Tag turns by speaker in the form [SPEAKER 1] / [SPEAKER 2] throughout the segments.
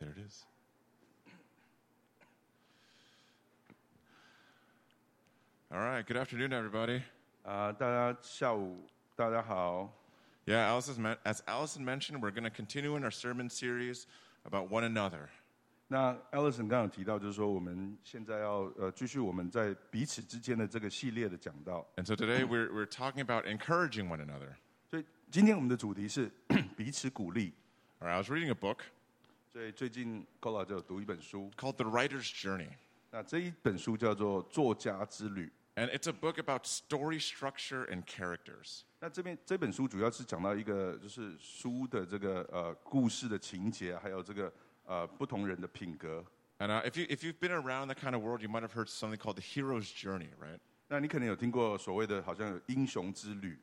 [SPEAKER 1] it is. All right. Good afternoon, everybody.
[SPEAKER 2] 啊、大家下午大家好。
[SPEAKER 1] Yeah, Allison's men- as Allison mentioned, we're going to continue in our sermon series about one another.
[SPEAKER 2] 那 Alison 刚刚有提到，就是说我们现在要呃继续我们在彼此之间的这个系列的讲到，
[SPEAKER 1] And so today we're, we're talking about encouraging one another.
[SPEAKER 2] 所以今天我们的主题是 彼此鼓励。
[SPEAKER 1] All right. I was reading a book
[SPEAKER 2] 所以最近 c o l a 就有读一本书，
[SPEAKER 1] called The Writer's Journey.
[SPEAKER 2] 那这一本书叫做《作家之旅》。
[SPEAKER 1] And it's a book about story structure and characters.
[SPEAKER 2] 那这边这本书主要是讲到一个就是书的这个呃故事的情节，还有这个呃不同人的品格。
[SPEAKER 1] And uh, if, you, if you've been around that kind of world, you might have heard something called the hero's journey, right?
[SPEAKER 2] 那你可能有听过所谓的好像有英雄之旅，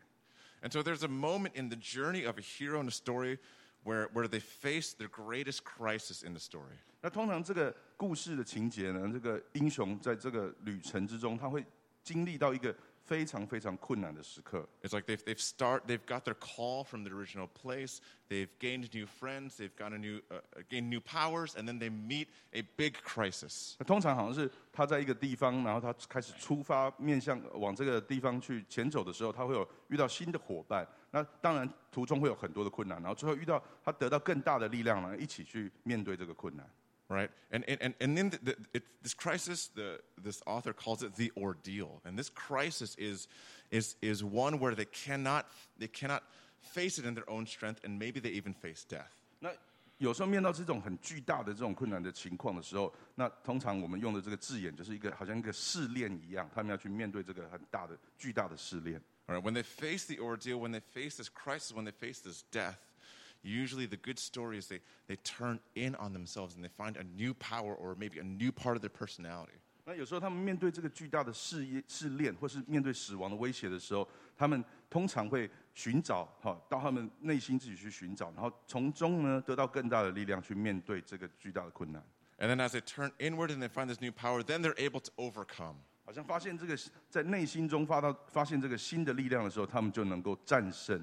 [SPEAKER 1] And so there's a moment in the journey of a hero in a story where, where they face their greatest crisis in the story.
[SPEAKER 2] 那通常这个故事的情节呢，这个英雄在这个旅程之中，他会经历到一个非常非常困难的时刻。
[SPEAKER 1] It's like they've, they've, start, they've got their call from the original place, they've gained new friends, they've got a new, uh, gained new powers, and then they meet a big crisis.
[SPEAKER 2] 那通常好像是他在一个地方，然后他开始出发，面向往这个地方去前走的时候，他会有遇到新的伙伴。那当然途中会有很多的困难，然后最后遇到他得到更大的力量，然后一起去面对这个困难。
[SPEAKER 1] Right? And, and, and, and then the, the, it, this crisis, the, this author calls it the ordeal. And this crisis is, is, is one where they cannot, they cannot face it in their own strength, and maybe they even face death.
[SPEAKER 2] 那有时候面到这种很巨大的这种困难的情况的时候，那通常我们用的这个字眼就是一个好像一个试炼一样，他们要去面对这个很大的巨大的试炼。
[SPEAKER 1] All right, when they face the ordeal, when they face this crisis, when they face this death, usually the good story is they, they turn in on themselves and they find a new power or maybe a new part of their personality.
[SPEAKER 2] 那有时候他们面对这个巨大的试验试炼，或是面对死亡的威胁的时候，他们通常会寻找哈，到他们内心自己去寻找，然后从中呢得到更大的力量去面对这个巨大的困难。
[SPEAKER 1] And then as they turn inward and they find this new power, then they're able to overcome.
[SPEAKER 2] 好像发现这个在内心中发到发现这个新的力量的时候，他们就能够战胜。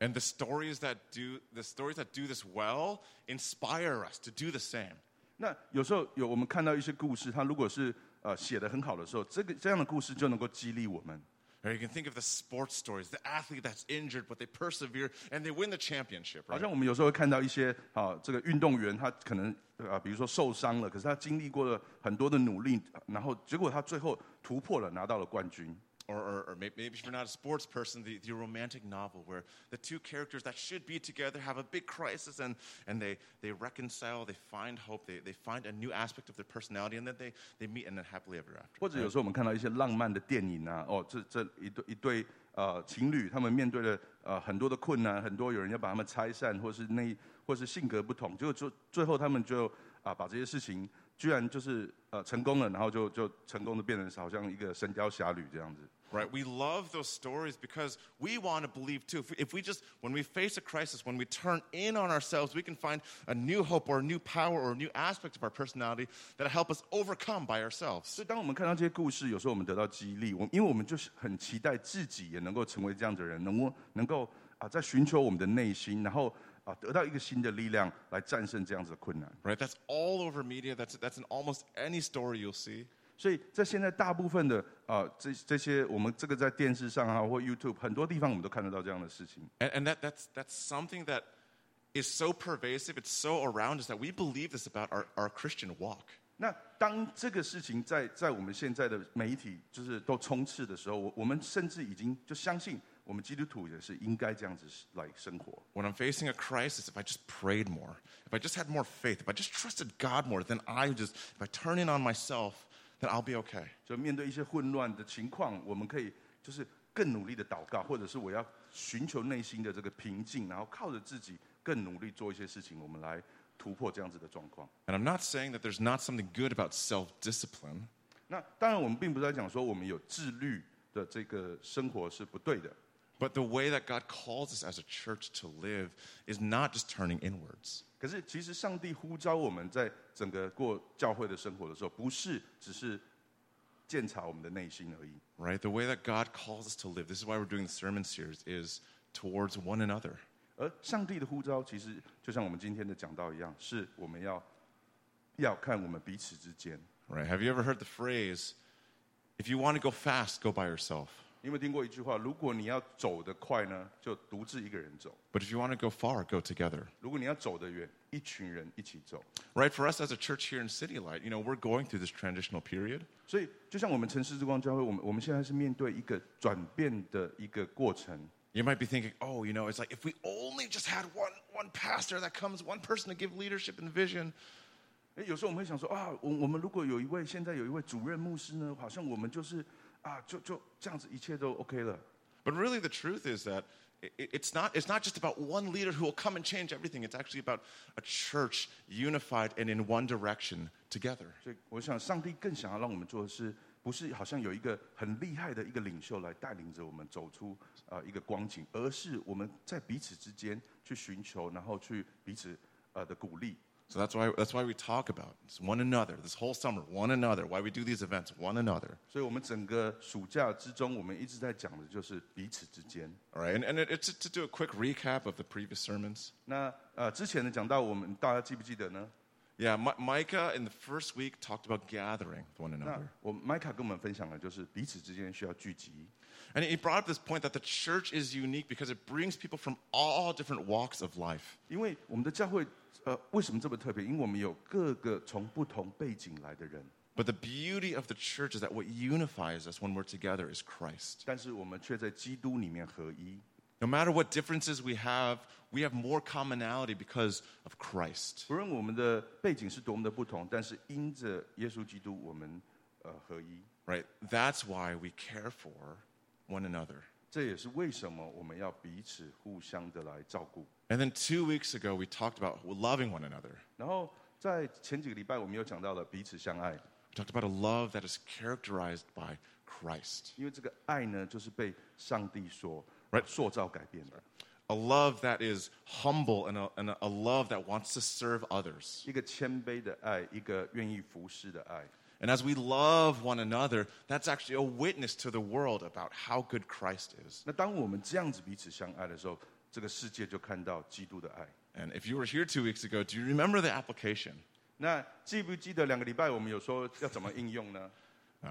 [SPEAKER 1] And the stories that do the stories that do this well inspire us to do the same.
[SPEAKER 2] 那有时候有我们看到一些故事，它如果是呃写的很好的时候，这个这样的故事就能够激励我们。
[SPEAKER 1] Or you can think of the sports stories, the athlete that's injured, but they persevere and they win the championship,
[SPEAKER 2] 好
[SPEAKER 1] right?
[SPEAKER 2] 像我们有时候会看到一些啊，这个运动员他可能啊，比如说受伤了，可是他经历过了很多的努力，然后结果他最后突破了，拿到了冠军。
[SPEAKER 1] or, or, or maybe, maybe if you're not a sports person, the, the romantic novel where the two characters that should be together have a big crisis and, and they, they reconcile, they find hope, they, they find a new aspect of their personality, and then they, they meet and then happily ever after.
[SPEAKER 2] 或者有时候我们看到一些浪漫的电影啊，哦，这这一对一对呃情侣，他们面对了呃很多的困难，很多有人要把他们拆散，或是那或是性格不同，结果最最后他们就啊把这些事情居然就是呃成功了，然后就就成功的变成是好像一个《神雕侠侣》这样子。
[SPEAKER 1] Right? We love those stories because we want to believe too. If we, if we just, when we face a crisis, when we turn in on ourselves, we can find a new hope or a new power or a new aspect of our personality that help us overcome by ourselves.
[SPEAKER 2] 所以，当我们看到这些故事，有时候我们得到激励，我因为我们就是很期待自己也能够成为这样的人，能够能够啊，在寻求我们的内心，然后啊，得到一个新的力量来战胜这样子的困难。
[SPEAKER 1] Right? That's all over media. That's, that's in almost any story you'll see.
[SPEAKER 2] 所以在现在大部分的啊，这这些我们这个在电视上啊或 YouTube 很多地方，我们都看得到这样的事情。
[SPEAKER 1] And, and that, that's, that's something that is so pervasive, it's so around us that we believe this about our, our Christian walk.
[SPEAKER 2] 那当这个事情在在我们现在的媒体就是都充斥的时候，我我们甚至已经就相信，我们基督徒也是应该这样子来生活。
[SPEAKER 1] When I'm facing a crisis, if I just prayed more, if I just had more faith, if I just trusted God more, then I just, if I turn in on myself, then I'll be okay.
[SPEAKER 2] 就面对一些混乱的情况，我们可以就是更努力的祷告，或者是我要寻求内心的这个平静，然后靠着自己更努力做一些事情，我们来突破这样子的状况。
[SPEAKER 1] And I'm not saying that there's not something good about self discipline,
[SPEAKER 2] 那当然，我们并不是在讲说我们有自律的这个生活是不对的，
[SPEAKER 1] but the way that God calls us as a church to live is not just turning inwards.
[SPEAKER 2] 可是其实上帝呼召我们在整个过教会的生活的时候，不是只是检查我们的内心而已。
[SPEAKER 1] Right? The way that God calls us to live, this is why we're doing the sermon series, is towards one another.
[SPEAKER 2] 而上帝的呼召，其实就像我们今天的讲到一样，是我们要要看我们彼此之间。
[SPEAKER 1] Right? Have you ever heard the phrase, if you want to go fast, go by yourself?
[SPEAKER 2] 因为听过一句话，如果你要走得快呢，就独自一个人走；
[SPEAKER 1] But if you want to go far, go together.
[SPEAKER 2] 如果你要走得远，一群人一起走。
[SPEAKER 1] Right? For us as a church here in City Light, you know, we're going through this transitional period.
[SPEAKER 2] 所以，就像我们城市之光教会，我们我们现在是面对一个转变的一个过程。
[SPEAKER 1] You might be thinking, oh, you know, it's like if we only just had one, one pastor that comes, one person to give leadership and vision,
[SPEAKER 2] 诶有时候我们会想说啊，我我们如果有一位现在有一位主任牧师呢，好像我们就是啊，就就这样子，一切都 OK 了。
[SPEAKER 1] But really, the truth is that i- i- it's not, it's not just about one leader who will come and change everything. It's actually about a church unified and in one direction together.
[SPEAKER 2] 所以，我想上帝更想要让我们做的是，不是好像有一个很厉害的一个领袖来带领着我们走出啊、呃一个光景，而是我们在彼此之间去寻求，然后去彼此呃的鼓励。
[SPEAKER 1] So that's why, that's why we talk about it's one another this whole summer, one another, why we do these events, one another.
[SPEAKER 2] 所以我们整个暑假之中，我们一直在讲的就是彼此之间。
[SPEAKER 1] All right, and, and it, it's to do a quick recap of the previous sermons.
[SPEAKER 2] 那呃，之前的讲到，我们大家记不记得呢？
[SPEAKER 1] Yeah, Mi- Micah in the first week talked about gathering with one
[SPEAKER 2] 那
[SPEAKER 1] another.
[SPEAKER 2] 我麦卡跟我们分享的就是彼此之间需要聚集。
[SPEAKER 1] And he brought up this point that the church is unique because it brings people from all different walks of life.
[SPEAKER 2] 因为我们的教会，呃，为什么这么特别？因为我们有各个从不同背景来的人，
[SPEAKER 1] But the beauty of the church is that what unifies us when we're together is Christ.
[SPEAKER 2] 但是我们却在基督里面合一。
[SPEAKER 1] No matter what differences we have, we have more commonality because of Christ.
[SPEAKER 2] 不论我们的背景是多么的不同，但是因着耶稣基督，我们呃合一。
[SPEAKER 1] Right? That's why we care for one another.
[SPEAKER 2] 这也是为什么我们要彼此互相的来照顾。
[SPEAKER 1] And then 2 weeks ago we talked about loving one another.
[SPEAKER 2] 然后在前几个礼拜，我们有讲到了彼此相爱，
[SPEAKER 1] We talked about a love that is characterized by Christ.
[SPEAKER 2] 因为这个爱呢，就是被上帝所
[SPEAKER 1] Right.
[SPEAKER 2] 塑造改变的。
[SPEAKER 1] A love that is humble and a, and a- a love that wants to serve others.
[SPEAKER 2] 一个谦卑的爱，一个愿意服侍的爱。
[SPEAKER 1] And as we love one another, that's actually a witness to the world about how good Christ is.
[SPEAKER 2] 那当我们这样子彼此相爱的时候，这个世界就看到基督的爱。
[SPEAKER 1] And if you were here two weeks ago, do you remember the application?
[SPEAKER 2] 那记不记得两个礼拜我们有说要怎么应用呢？
[SPEAKER 1] Uh,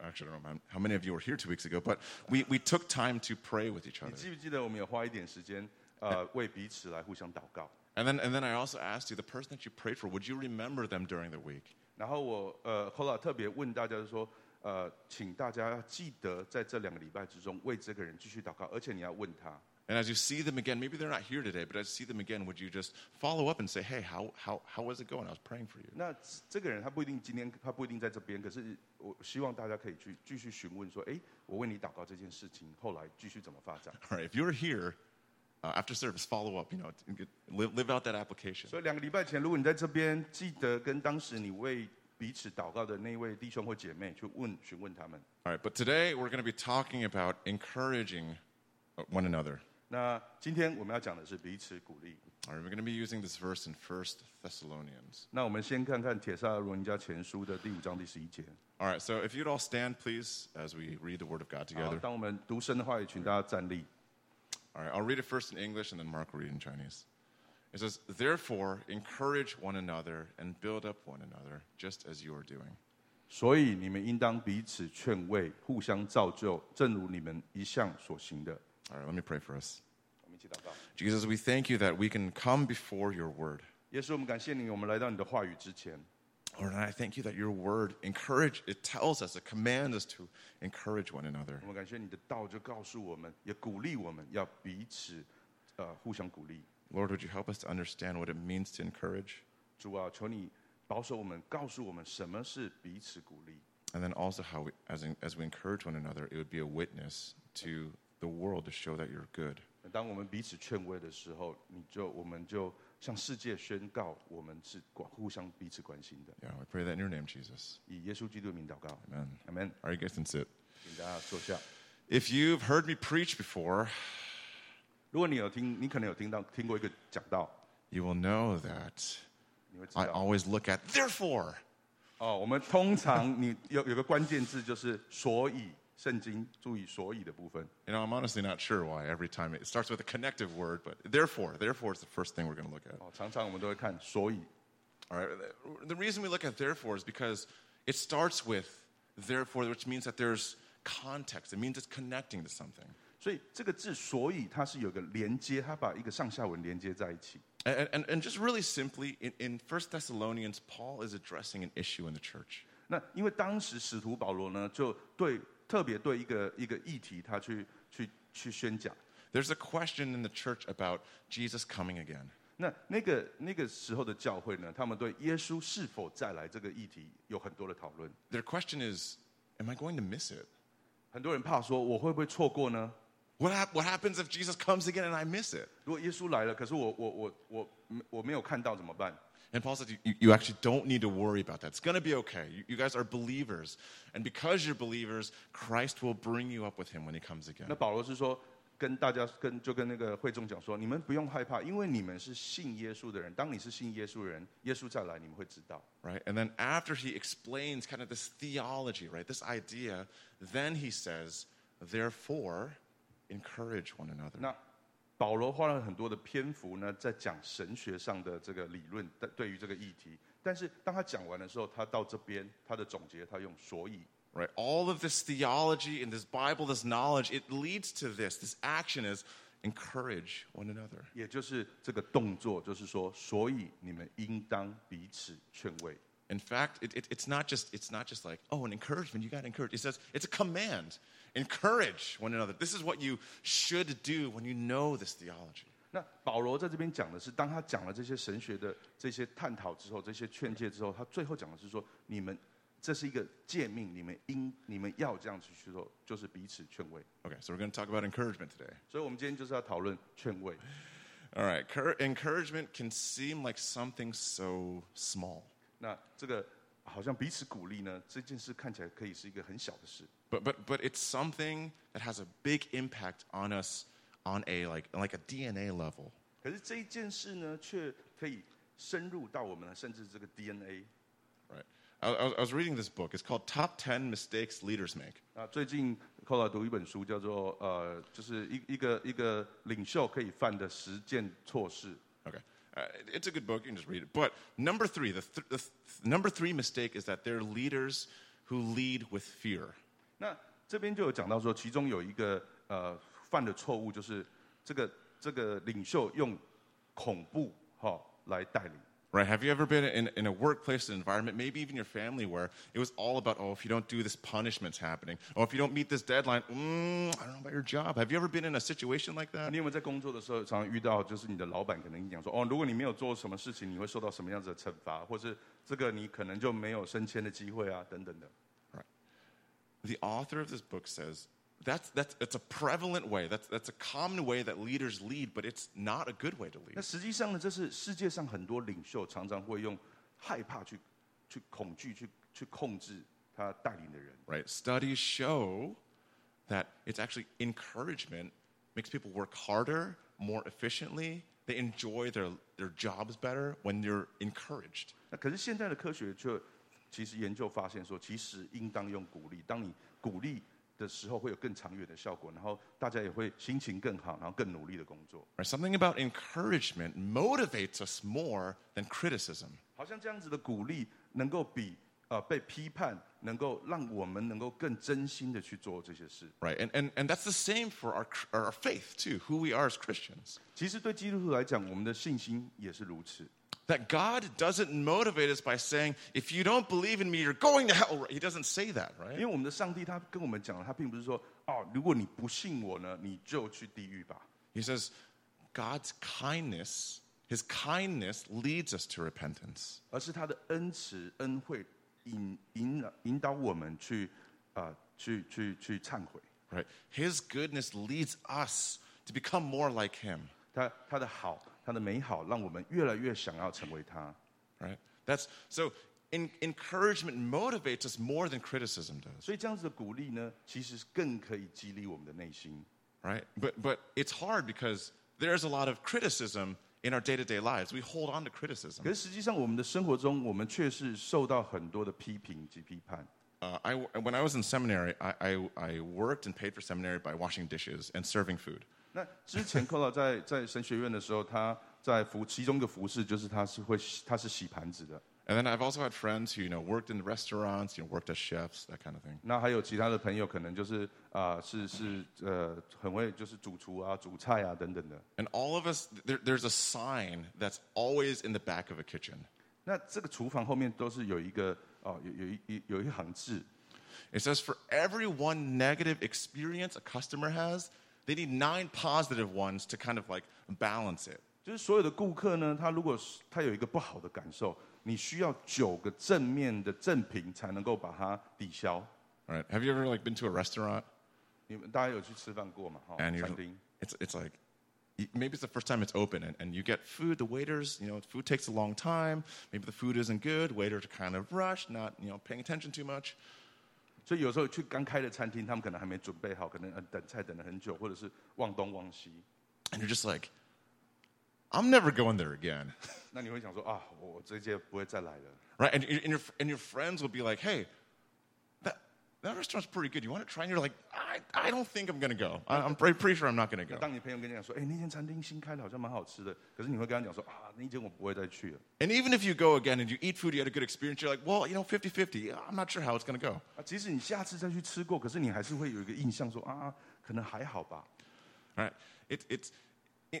[SPEAKER 1] actually, I don't know how many of you were here two weeks ago, but we, we took time to pray with each
[SPEAKER 2] 你
[SPEAKER 1] other.
[SPEAKER 2] 记不记得我们有花一点时间，呃，为彼此来互相祷告？
[SPEAKER 1] And then, and then I also asked you, the person that you prayed for, would you remember them during the week?
[SPEAKER 2] 然后我呃后来特别问大家说，呃，请大家要记得在这两个礼拜之中为这个人继续祷告，而且你要问他。
[SPEAKER 1] And as you see them again, maybe they're not here today, but as you see them again, would you just follow up and say, hey, how, how, how was it going? I was praying for you.
[SPEAKER 2] 那这个人他不一定今天他不一定在这边，可是我希望大家可以去继续询问说，哎，我为你祷告这件事情后来继续怎么发展？
[SPEAKER 1] All right, if you're here uh, after service, follow up, you know, and get, live, live out that application.
[SPEAKER 2] 所以两个礼拜前，如果你在这边，记得跟当时你为彼此祷告的那位弟兄或姐妹去问询问他们。
[SPEAKER 1] All right, but today we're going to be talking about encouraging uh, one another.
[SPEAKER 2] 那今天我们要讲的是彼此鼓励。
[SPEAKER 1] All right, we're going to be using this verse in 1 Thessalonians.
[SPEAKER 2] 那我们先看看《铁萨罗尼迦前书》的第五章第十一节。
[SPEAKER 1] All right, so if you'd all stand, please, as we read the Word of God
[SPEAKER 2] 好
[SPEAKER 1] together.
[SPEAKER 2] 当我们读神的话语，请大家站立。
[SPEAKER 1] All right, I'll read it first in English and then Mark will read in Chinese. It says, Therefore, encourage one another and build up one another, just as you are doing.
[SPEAKER 2] 所以你们应当彼此劝慰，互相造就，正如你们一向所行的。
[SPEAKER 1] All right, let me pray for us.
[SPEAKER 2] 我们一起祷告。
[SPEAKER 1] Jesus, we thank you that we can come before your Word.
[SPEAKER 2] 耶稣，我们感谢你，我们来到你的话语之前。
[SPEAKER 1] Lord, and I thank you that your Word encourage, it tells us, it commands us to encourage one another.
[SPEAKER 2] 我们感谢你的道，就告诉我们，也鼓励我们要彼此，呃，互相鼓励。
[SPEAKER 1] Lord, would you help us to understand what it means to encourage?
[SPEAKER 2] 主啊，求你保守我们，告诉我们什么是彼此鼓励，
[SPEAKER 1] And then also how we, as, in, as we encourage one another, it would be a witness to the world to show that you're good.
[SPEAKER 2] 当我们彼此劝慰的时候，你就我们就向世界宣告，我们是关互相彼此关心的。
[SPEAKER 1] Yeah, we pray that in your name, Jesus.
[SPEAKER 2] 以耶稣基督的名祷告
[SPEAKER 1] Amen.
[SPEAKER 2] ，Amen。
[SPEAKER 1] All right, you guys can sit.
[SPEAKER 2] 请大家坐下。
[SPEAKER 1] If you've heard me preach before,
[SPEAKER 2] 如果你有听，你可能有听到听过一个讲道，
[SPEAKER 1] you will know that
[SPEAKER 2] 你会知
[SPEAKER 1] I
[SPEAKER 2] 道
[SPEAKER 1] always look at therefore.
[SPEAKER 2] 哦。我们通常你有有个关键字就是所以，圣经注意所以的部分。
[SPEAKER 1] You know, I'm honestly not sure why every time it
[SPEAKER 2] 哦
[SPEAKER 1] starts with a connective word, but therefore, therefore is the first thing we're going to look at.
[SPEAKER 2] 哦，常常我们都会看所以，
[SPEAKER 1] All right. The- The reason we look at therefore is because it starts with therefore, which means that there's context. It means it's connecting to something.
[SPEAKER 2] 所以这个字，所以它是有个连接，它把一个上下文连接在一起。
[SPEAKER 1] And, and, and just really simply, in, in 1 Thessalonians, Paul is addressing an issue in the church.
[SPEAKER 2] 那因为当时使徒保罗呢，就对特别对一个一个议题，他去去去宣讲。
[SPEAKER 1] There's a question in the church about Jesus coming again.
[SPEAKER 2] 那那个那个时候的教会呢，他们对耶稣是否再来这个议题有很多的讨论。
[SPEAKER 1] Their question is, am I going to miss it?
[SPEAKER 2] 很多人怕说，我会不会错过呢？
[SPEAKER 1] What, hap- what happens if Jesus comes again and I miss it?
[SPEAKER 2] 如果耶稣来了，可是我我我我我没有看到怎么办？
[SPEAKER 1] And Paul says, you- you, you actually don't need to worry about that. It's going to be okay. You, you guys are believers. And because you're believers, Christ will bring you up with him when he comes
[SPEAKER 2] 那
[SPEAKER 1] again.
[SPEAKER 2] 保罗是说，跟大家跟就跟那个会众讲说，你们不用害怕，因为你们是信耶稣的人。当你是信耶稣的人，耶稣再来，你们会知道。
[SPEAKER 1] Right? And then after he explains kind of this theology, right, this idea, then he says, therefore, encourage one another.
[SPEAKER 2] 那保罗花了很多的篇幅呢，在讲神学上的这个理论，但对于这个议题。但是当他讲完的时候，他到这边他的总结，他用所以。
[SPEAKER 1] right? All of this theology and this Bible, this knowledge, it leads to this. This action is encourage one another.
[SPEAKER 2] 也就是这个动作，就是说，所以你们应当彼此劝慰。
[SPEAKER 1] In fact, it, it, it's not just it's not just like oh an encouragement. You got to encourage. It says it's a command. Encourage one another. This is what you should do when you know this theology.
[SPEAKER 2] 那保罗在这边讲的是，当他讲了这些神学的这些探讨之后，这些劝诫之后，他最后讲的是说，你们这是一个诫命，你们应你们要这样子去做，就是彼此劝慰。
[SPEAKER 1] Okay, so we're going to talk about encouragement today.
[SPEAKER 2] 所以我们今天就是要讨论劝慰。
[SPEAKER 1] All right, cour- encouragement can seem like something so small,
[SPEAKER 2] 那这个好像彼此鼓励呢，这件事看起来可以是一个很小的事，
[SPEAKER 1] but but but it's something that has a big impact on us on a like like a DNA level.
[SPEAKER 2] 可是这一件事呢，却可以深入到我们的甚至这个 DNA。
[SPEAKER 1] Right. I, I was- I was reading this book. It's called Top 10 Mistakes Leaders Make.
[SPEAKER 2] 啊，最近寇老读一本书，叫做呃，就是一一个一个领袖可以犯的十件错事。
[SPEAKER 1] Okay. Uh, it- it's a good book. You can just read it. But number three, the, th- the th- number three mistake is that they're leaders who lead with fear.
[SPEAKER 2] 那这边就有讲到说，其中有一个呃犯的错误就是这个这个领袖用恐怖哈、来带领。
[SPEAKER 1] Right? Have you ever been in, in a workplace environment, maybe even your family, where it was all about, oh, if you don't do this, punishment's happening. Oh, if you don't meet this deadline, mm, I don't know about your job. Have you ever been in a situation like that?
[SPEAKER 2] 你有没有在工作的时候常常遇到，就是你的老板可能跟你讲说，哦，如果你没有做什么事情，你会受到什么样子的惩罚，或是这个你可能就没有升迁的机会啊，等等的。
[SPEAKER 1] The author of this book says that's, that's, that's a prevalent way. That's, that's a common way that leaders lead, but it's not a good way to lead.
[SPEAKER 2] 那实际上呢，这是世界上很多领袖常常会用害怕去、去恐惧、去去控制他带领的人。
[SPEAKER 1] right? Studies show that it's actually encouragement makes people work harder, more efficiently. They enjoy their, their jobs better when they're encouraged.
[SPEAKER 2] 那可是现在的科学却其实研究发现说，其实应当用鼓励。当你鼓励的时候，会有更长远的效果，然后大家也会心情更好，然后更努力的工作。
[SPEAKER 1] Right? Something about encouragement motivates us more than criticism.
[SPEAKER 2] 好像这样子的鼓励，能够比呃被批判，能够让我们能够更真心的去做这些事。
[SPEAKER 1] Right, and, and, and that's the same for our, cr- our faith too, who we are as Christians.
[SPEAKER 2] 其实对基督徒来讲，我们的信心也是如此。
[SPEAKER 1] That God doesn't motivate us by saying, if you don't believe in me, you're going to hell. He doesn't say that,
[SPEAKER 2] 因
[SPEAKER 1] right?
[SPEAKER 2] 为我们的上帝他跟我们讲了，他并不是说哦，如果你不信我呢，你就去地狱吧。
[SPEAKER 1] He says, God's kindness, his kindness leads us to repentance.
[SPEAKER 2] 而是他的恩慈恩惠引引引导我们去啊、呃去去去忏悔。
[SPEAKER 1] Right? His goodness leads us to become more like him.
[SPEAKER 2] 他他的好，他的美好，让我们越来越想要成为他。
[SPEAKER 1] Right? That's so en- encouragement motivates us more than criticism does.
[SPEAKER 2] 所以这样子的鼓励呢，其实更可以激励我们的内心。
[SPEAKER 1] Right? But but it's hard because there's a lot of criticism in our day-to-day lives. We hold on to
[SPEAKER 2] 可
[SPEAKER 1] criticism.
[SPEAKER 2] 是实际上，我们的生活中，我们却是受到很多的批评及批判。
[SPEAKER 1] Uh, I, when I was in seminary, I, I, I worked and paid for seminary by washing dishes and serving food.
[SPEAKER 2] 那之前 c o l a 在在神学院的时候，他在服其中一个服饰就是他是会洗他是洗盘子的。
[SPEAKER 1] And then I've also had friends who, you know, worked in restaurants, you know, worked as chefs, that kind of thing.
[SPEAKER 2] 那还有其他的朋友可能就是啊、是是呃很会就是主厨啊、煮菜啊等等的。
[SPEAKER 1] And all of us, there, there's a sign that's always in the back of a kitchen.
[SPEAKER 2] 那这个厨房后面都是有一个哦有有一一有一行字，
[SPEAKER 1] It says, for every one negative experience a customer has, they need nine positive ones to kind of like balance it.
[SPEAKER 2] 就是所有的顾客呢，他如果是他有一个不好的感受，你需要九个正面的正评才能够把它抵消。
[SPEAKER 1] All right. Have you ever like been to a restaurant
[SPEAKER 2] 你们大家有去吃饭过嘛？哈、
[SPEAKER 1] and you're,
[SPEAKER 2] 餐厅。
[SPEAKER 1] it's, it's like, y- maybe it's the first time it's open and, and you get food, the waiters, you know, food takes a long time. Maybe the food isn't good. Waiters are kind of rushed, not, you know, paying attention too much.
[SPEAKER 2] 所以有时候去刚开的餐厅，他们可能还没准备好，可能呃等菜等了很久，或者是忘东忘西。
[SPEAKER 1] And you're just like, I'm never going there again.
[SPEAKER 2] 那你会想说啊，我我这届不会再来了。
[SPEAKER 1] right? And, and, your, and your friends will be like, hey, that, that restaurant's pretty good. You want to try? And you're like, I, I don't think I'm going to go. I, I'm pretty, pretty sure I'm not going to go.
[SPEAKER 2] 当你朋友跟你讲说，哎、那间餐厅新开的，好像蛮好吃的，可是你会跟他讲说啊，那间我不会再去了。
[SPEAKER 1] And even if you go again and you eat food, you had a good experience, you're like, well, you know, 50 50. I'm not sure how it's going to go.
[SPEAKER 2] 啊，即使你下次再去吃过，可是你还是会有一个印象说啊，可能还好吧。
[SPEAKER 1] Right? It, it's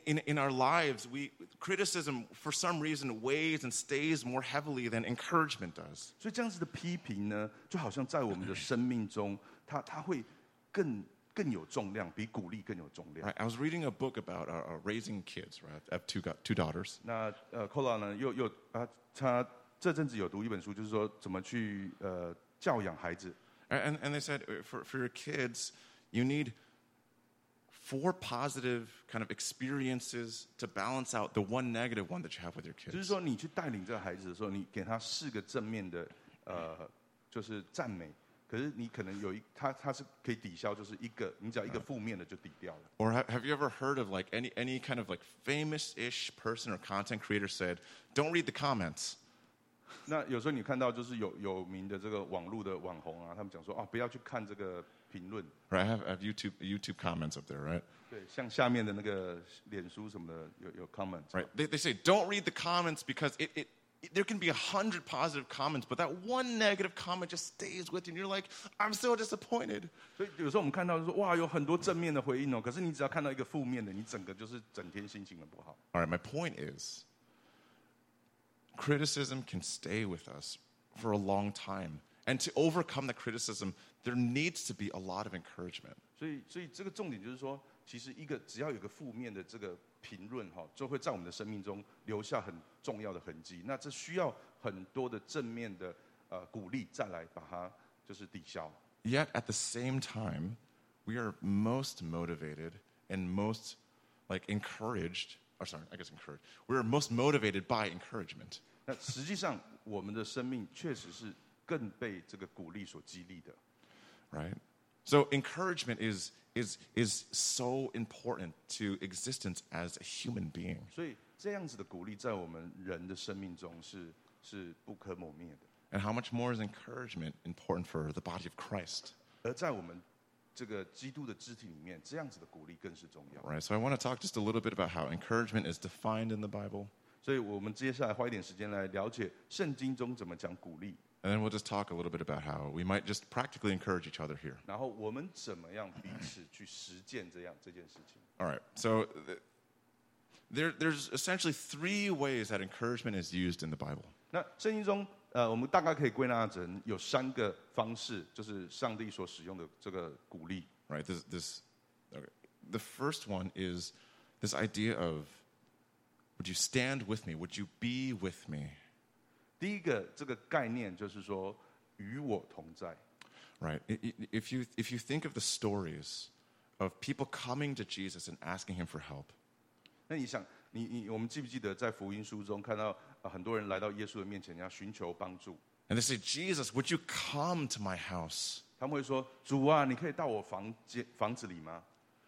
[SPEAKER 1] in, in our lives, we, criticism for some reason weighs and stays more heavily than encouragement does.
[SPEAKER 2] 所以这样子的批评呢，就好像在我们的生命中，它它会更更有重量，比鼓励更有重量。
[SPEAKER 1] Right? I was reading a book about uh, uh, raising kids, right? I have two, got, two daughters.
[SPEAKER 2] 那呃 c o l a 呢，又又啊，他这阵子有读一本书，就是说怎么去呃教养孩子。
[SPEAKER 1] And, and they said uh, for, for your kids, you need four positive kind of experiences to balance out the one negative one that you have with your
[SPEAKER 2] 就是
[SPEAKER 1] kids.
[SPEAKER 2] 说，你去带领这个孩子的时候，你给他四个正面的，呃，就是赞美。可是你可能有一，他他是可以抵消，就是一个，你只要一个负面的就抵掉了。
[SPEAKER 1] Or ha- have you ever heard of like any, any kind of like famous ish person or content creator said, don't read the comments?
[SPEAKER 2] 那有时候你看到就是有有名的这个网络的网红啊，他们讲说啊，不要去看这个评论，
[SPEAKER 1] Right? I have, I have YouTube, YouTube comments up there, right?
[SPEAKER 2] 对，像下面的那个脸书什么的有有 comment，
[SPEAKER 1] Right? They, they say, don't read the comments because it, it, it- there can be a hundred positive comments, but that one negative comment just stays with you. And you're like, I'm so disappointed.
[SPEAKER 2] 所以有时候我们看到就说哇，有很多正面的回应哦，可是你只要看到一个负面的，你整个就是整天心情很不好。
[SPEAKER 1] All right, my point is criticism can stay with us for a long time. And to overcome the criticism, there needs to be a lot of encouragement.
[SPEAKER 2] 所以，所以这个重点就是说，其实一个只要有个负面的这个评论哈，就会在我们的生命中留下很重要的痕迹。那这需要很多的正面的呃鼓励，再来把它就是抵消。
[SPEAKER 1] Yet at the same time, we are most motivated and most like encouraged, or sorry, I guess encouraged. We're most motivated by encouragement.
[SPEAKER 2] 那实际上，我们的生命确实是更被这个鼓励所激励的。
[SPEAKER 1] right? So encouragement is is is so important to existence as a human being.
[SPEAKER 2] 所以这样子的鼓励，在我们人的生命中是是不可磨灭的。
[SPEAKER 1] And how much more is encouragement important for the body of Christ?
[SPEAKER 2] 而在我们这个基督的肢体里面，这样子的鼓励更是重要。
[SPEAKER 1] Right. So I want to talk just a little bit about how encouragement is defined in the Bible,
[SPEAKER 2] 所以我们接下来花一点时间来了解圣经中怎么讲鼓励，
[SPEAKER 1] and then we'll just talk a little bit about how we might just practically encourage each other here.
[SPEAKER 2] 然后我们怎么样彼此去实践这样这件事情。
[SPEAKER 1] All right. So th- there, there's essentially three ways that encouragement is used in the Bible.
[SPEAKER 2] 那圣经中，呃，我们大概可以归纳成有三个方式，就是上帝所使用的这个鼓励。
[SPEAKER 1] Right. This, this okay. the first one is this idea of would you stand with me? Would you be with me?
[SPEAKER 2] 第一个这个概念就是说与我同在。
[SPEAKER 1] Right. I- i- If you if you think of the stories of people coming to Jesus and asking him for help,
[SPEAKER 2] 那你想，你你我们记不记得在福音书中看到、呃很多人来到耶稣的面前要寻求帮助，
[SPEAKER 1] and they say, "Jesus, would you come to my house?
[SPEAKER 2] 他们会说：“主啊，你可以到我房间房子里吗？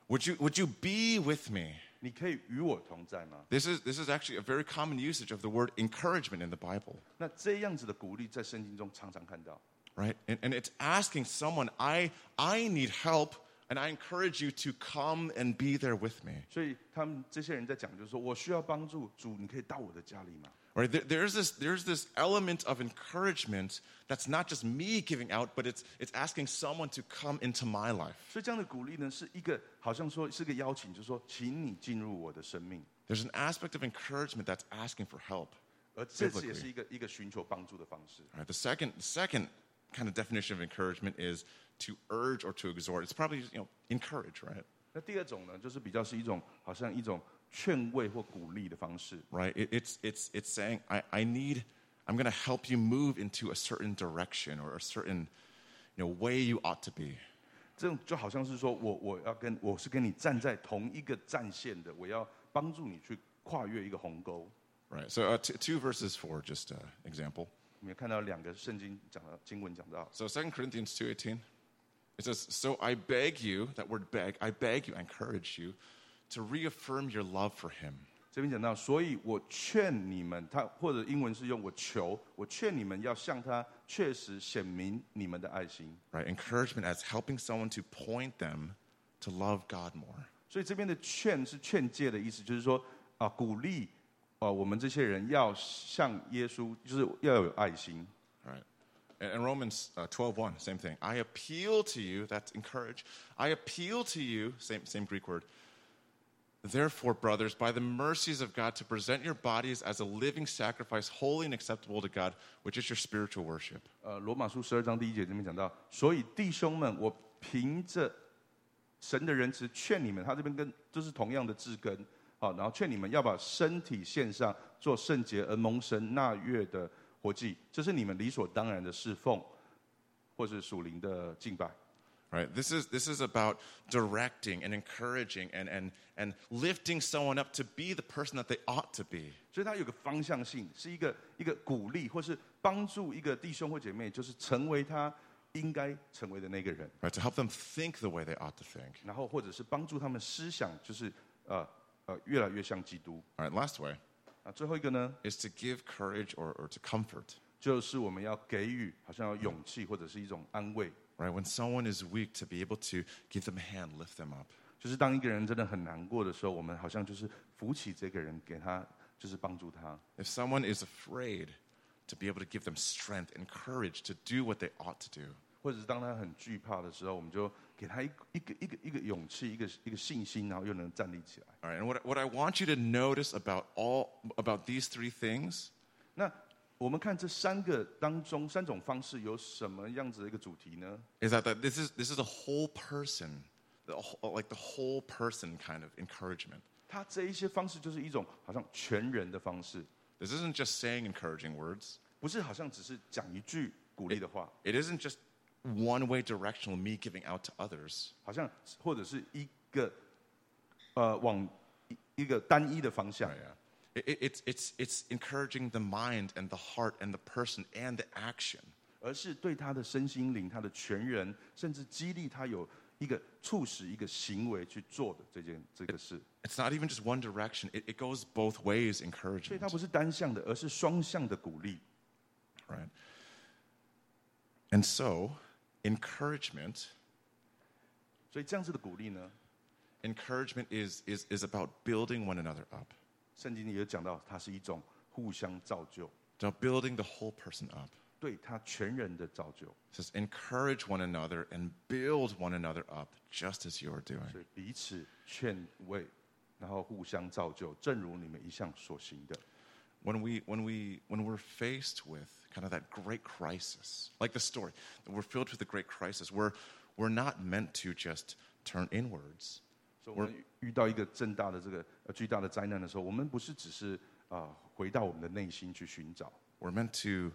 [SPEAKER 1] Would you would you be with me?"
[SPEAKER 2] 你可以与我同在吗？”
[SPEAKER 1] This is this is actually a very common usage of the word encouragement in the Bible,
[SPEAKER 2] 那这样子的鼓励，在圣经中常常看到，
[SPEAKER 1] right? And, and it's asking someone, "I I need help. And I encourage you to come and be there with me.
[SPEAKER 2] 所以他们这些人在讲，就是说我需要帮助，主，你可以到我的家里吗？
[SPEAKER 1] Right? There, there's, this, there's this element of encouragement that's not just me giving out, but it's, it's asking someone to come into my life.
[SPEAKER 2] 所以这样的鼓励呢，是一个好像说是个邀请，就是说，请你进入我的生命，
[SPEAKER 1] There's an aspect of encouragement that's asking for help.
[SPEAKER 2] 而这次
[SPEAKER 1] Biblically
[SPEAKER 2] 也是一个一个寻求帮助的方式。
[SPEAKER 1] All right, the second, the second kind of definition of encouragement is to urge or to exhort. It's probably you know encourage, right?
[SPEAKER 2] 那第二种呢，就是比较是一种好像一种劝慰或鼓励的方式。
[SPEAKER 1] Right? It, it's it's it's saying I, I need I'm going to help you move into a certain direction or a certain you know way you ought to be.
[SPEAKER 2] 这种就好像是说我我要跟我是跟你站在同一个战线的，我要帮助你去跨越一个鸿沟。
[SPEAKER 1] Right. So uh, t- two verses four, just uh, example.
[SPEAKER 2] 你们看到两个圣经讲到经文讲到，
[SPEAKER 1] So 2 Corinthians 2:18 it says, "So I beg you, that word beg, I beg you, I encourage you to reaffirm your love for him."
[SPEAKER 2] 这边讲到，所以我劝你们，他或者英文是用我求，我劝你们要向他确实显明你们的爱心。
[SPEAKER 1] Right? Encouragement as helping someone to point them to love God more.
[SPEAKER 2] 所以这边的劝是劝诫的意思，就是说啊，鼓励啊，我们这些人要像耶稣，就是要有爱心。
[SPEAKER 1] All right. And, and Romans uh, 12:1, same thing. I appeal to you, that's encourage. I appeal to you, same, same Greek word. Therefore, brothers, by the mercies of God, to present your bodies as a living sacrifice, holy and acceptable to God, which is your spiritual worship.
[SPEAKER 2] 呃，罗马书十二章第一节这边讲到，所以弟兄们，我凭着神的仁慈劝你们，他这边跟就是同样的字根，好、然后劝你们要把身体献上，做圣洁而蒙神纳悦的活祭，这是你们理所当然的侍奉，或是属灵的敬拜。
[SPEAKER 1] Right? This is this is about directing and encouraging and and and lifting someone up to be the person that they ought to be.
[SPEAKER 2] 所以它有个方向性，是一个一个鼓励，或是帮助一个弟兄或姐妹，就是成为他应该成为的那个人，
[SPEAKER 1] Right? To help them think the way they ought to think.
[SPEAKER 2] 然后或者是帮助他们思想，就是呃呃越来越像基督。
[SPEAKER 1] All right, last way
[SPEAKER 2] 啊，最后一个呢，
[SPEAKER 1] is to give courage or, or to comfort.
[SPEAKER 2] 就是我们要给予，好像要勇气或者是一种安慰。
[SPEAKER 1] right? When someone is weak, to be able to give them a hand, lift them up.
[SPEAKER 2] 就是当一个人真的很难过的时候，我们好像就是扶起这个人，给他就是帮助他。
[SPEAKER 1] If someone is afraid, to be able to give them strength and courage to do what they ought to do.
[SPEAKER 2] 或者是当他很惧怕的时候，我们就给他一一个一个一个勇气，一个一个信心，然后又能站立起来。
[SPEAKER 1] All right, and what, what I want you to notice about all about these three things
[SPEAKER 2] 那我们看这三个当中，三种方式有什么样子的一个主题呢？
[SPEAKER 1] is that, that this is this is a whole person, the whole- like the whole person kind of encouragement.
[SPEAKER 2] 它这一些方式就是一种好像全人的方式，
[SPEAKER 1] This isn't just saying encouraging words.
[SPEAKER 2] 不是好像只是讲一句鼓励的话，
[SPEAKER 1] It isn't just one-way directional me giving out to others.
[SPEAKER 2] 好像或者是一个呃往一一个单一的方向
[SPEAKER 1] Right,。yeah. It, it, it's, it's, it's encouraging the mind and the heart and the person and the action.
[SPEAKER 2] 而是对他的身心灵、他的全人，甚至激励他有一个促使一个行为去做的这件这个事，
[SPEAKER 1] It's not even just one direction, it, it goes both ways,
[SPEAKER 2] 所以
[SPEAKER 1] encouragement.
[SPEAKER 2] 它不是单向的，而是双向的鼓励。
[SPEAKER 1] Right? And so, encouragement.
[SPEAKER 2] 所以这样子的鼓励呢，
[SPEAKER 1] Encouragement is, is, is about building one another up,
[SPEAKER 2] 圣经里有讲到，它是一种互相造就，
[SPEAKER 1] It's about building the whole person up.
[SPEAKER 2] 对他全人的造就，
[SPEAKER 1] It says, encourage one another and build one another up just as you are doing.
[SPEAKER 2] 所以彼此劝慰，然后互相造就，正如你们一向所行的。
[SPEAKER 1] when we when we when we're faced with kind of that great crisis like the story we're filled with the great crisis we're we're not meant to just turn inwards
[SPEAKER 2] 所以我们遇到一个正大的这个呃巨大的灾难的时候，我们不是只是啊、回到我们的内心去寻找，
[SPEAKER 1] we're meant to